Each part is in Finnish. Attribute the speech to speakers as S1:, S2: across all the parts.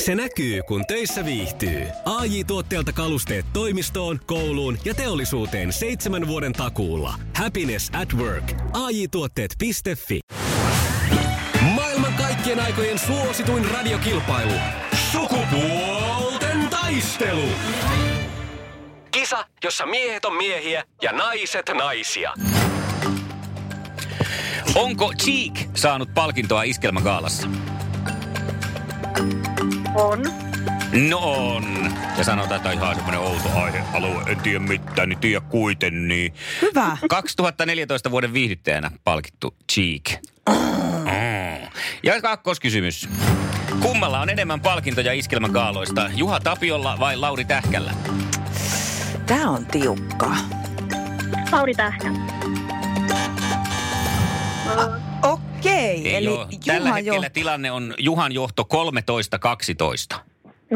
S1: Se näkyy, kun töissä viihtyy. ai tuotteelta kalusteet toimistoon, kouluun ja teollisuuteen seitsemän vuoden takuulla. Happiness at work. ai tuotteetfi Maailman kaikkien aikojen suosituin radiokilpailu. Sukupuolten taistelu. Kisa, jossa miehet on miehiä ja naiset naisia.
S2: Onko Cheek saanut palkintoa iskelmägaalassa?
S3: On.
S2: No on. Ja sanotaan, että on ihan semmoinen outo aihealue. En tiedä mitään, niin tiedä kuiten niin.
S4: Hyvä.
S2: 2014 vuoden viihdyttäjänä palkittu Cheek. Mm. Ja kakkoskysymys. Kummalla on enemmän palkintoja iskelmäkaaloista? Juha Tapiolla vai Lauri Tähkällä?
S4: Tää on tiukka.
S3: Lauri Tähkä.
S4: Okei,
S2: Ei
S4: eli
S2: oo. Tällä
S4: Juha jo.
S2: hetkellä tilanne on Juhan johto 13-12.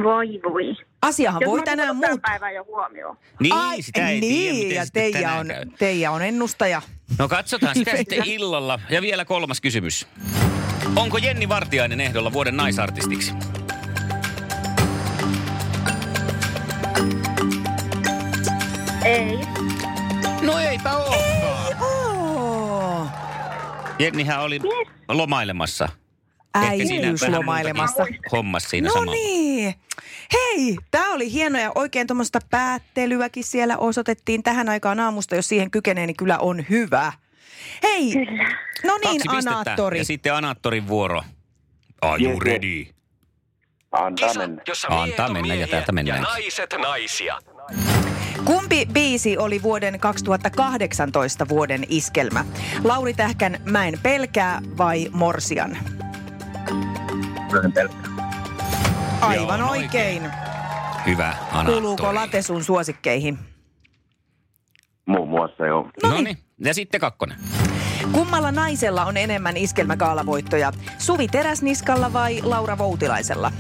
S3: Voi voi.
S4: Asiahan
S3: Jos
S4: voi
S3: mä
S4: tänään
S3: otan tämän
S4: muuttaa.
S3: päivän jo huomioon.
S2: Niin,
S4: Ai,
S2: sitä ei
S4: niin,
S2: tiedä, miten
S4: ja
S2: sitten
S4: Teija
S2: tänään
S4: on,
S2: käy.
S4: Teija on ennustaja.
S2: No katsotaan sitä sitten illalla. Ja vielä kolmas kysymys. Onko Jenni Vartiainen ehdolla vuoden naisartistiksi?
S3: Ei.
S2: No eipä olekaan.
S4: Oh,
S2: Jennihän oli lomailemassa. Ehkä siinä vähän
S4: äitiyslomailemassa.
S2: muutakin Hommas siinä
S4: No
S2: samalla.
S4: niin. Hei, tämä oli hieno ja oikein tuommoista päättelyäkin siellä osoitettiin tähän aikaan aamusta. Jos siihen kykenee, niin kyllä on hyvä. Hei, no niin,
S2: Kaksi pistettä.
S4: Anaattori.
S2: Ja sitten Anaattorin vuoro. Are you ready?
S5: Antaa
S1: Kisa,
S5: mennä.
S1: jossa
S2: Antaa
S1: miehet on
S2: mennä ja
S1: miehiä
S2: täältä
S1: ja
S2: mennään.
S1: naiset naisia.
S4: Kumpi biisi oli vuoden 2018 vuoden iskelmä? Lauri Tähkän Mä en pelkää vai Morsian? Aivan
S2: Joo,
S4: oikein.
S2: Hyvä, Anaattori.
S4: Kuuluuko late sun suosikkeihin?
S5: Muun muassa joo.
S2: No niin. Ja sitten kakkonen.
S4: Kummalla naisella on enemmän iskelmäkaalavoittoja? Suvi Teräsniskalla vai Laura Voutilaisella?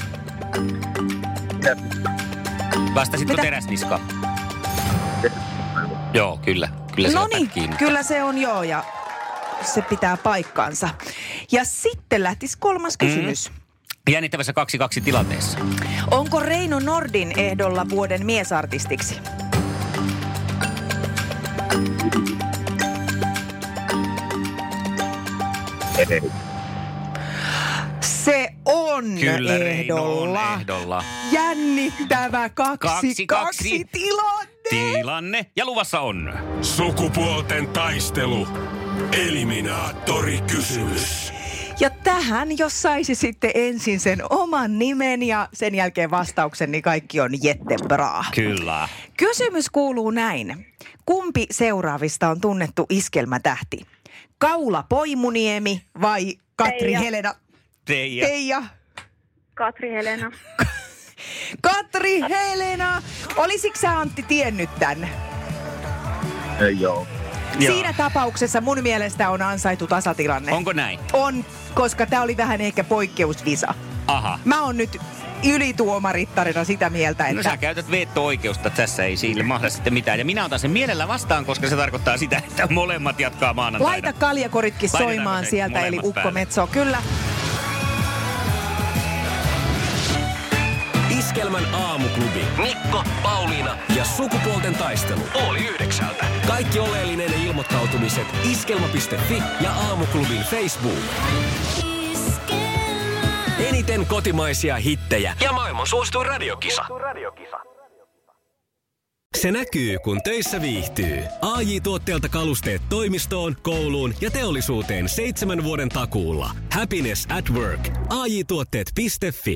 S2: Vastasitko
S4: Mitä?
S2: teräsniska? Joo, kyllä. Kyllä se
S4: No
S2: otat
S4: niin,
S2: kiinni.
S4: kyllä se on joo ja se pitää paikkaansa. Ja sitten lähtisi kolmas kysymys.
S2: Jännittävässä 2-2 tilanteessa.
S4: No Onko Reino Nordin ehdolla vuoden miesartistiksi? Se on
S2: Kyllä,
S4: ehdolla.
S2: Reino on ehdolla.
S4: Jännittävä kaksi,
S2: Kaksi,
S4: kaksi,
S2: kaksi.
S4: kaksi tilanne.
S2: Tilanne ja luvassa on.
S6: Sukupuolten taistelu. Eliminaattori kysymys.
S4: Ja tähän, jos saisi sitten ensin sen oman nimen ja sen jälkeen vastauksen, niin kaikki on jettebraa.
S2: Kyllä.
S4: Kysymys kuuluu näin. Kumpi seuraavista on tunnettu iskelmätähti? Kaula Poimuniemi vai Katri
S3: Teija.
S4: Helena?
S2: Teija.
S4: Teija.
S3: Katri Helena.
S4: Katri Helena! Olisitko sä Antti tiennyt tämän?
S5: Ei joo.
S2: Joo.
S4: Siinä tapauksessa mun mielestä on ansaitu tasatilanne.
S2: Onko näin?
S4: On, koska tämä oli vähän ehkä poikkeusvisa.
S2: Aha.
S4: Mä oon nyt ylituomarittarina sitä mieltä,
S2: No
S4: että...
S2: sä käytät veto-oikeutta, tässä ei sille mahda sitten mitään. Ja minä otan sen mielellä vastaan, koska se tarkoittaa sitä, että molemmat jatkaa maanantaina.
S4: Laita kaljakoritkin
S2: Laitetaanko
S4: soimaan
S2: se
S4: sieltä, eli
S2: molemmat
S4: Ukko
S2: päälle?
S4: Metso, kyllä.
S1: Iskelmän aamuklubi. Mikko, Pauliina ja sukupuolten taistelu. Oli yhdeksältä. Kaikki oleellinen ilmoittautumiset iskelma.fi ja aamuklubin Facebook. Eniten kotimaisia hittejä ja maailman suosituin radiokisa. Se näkyy, kun töissä viihtyy. ai tuotteelta kalusteet toimistoon, kouluun ja teollisuuteen seitsemän vuoden takuulla. Happiness at work. AJ-tuotteet.fi.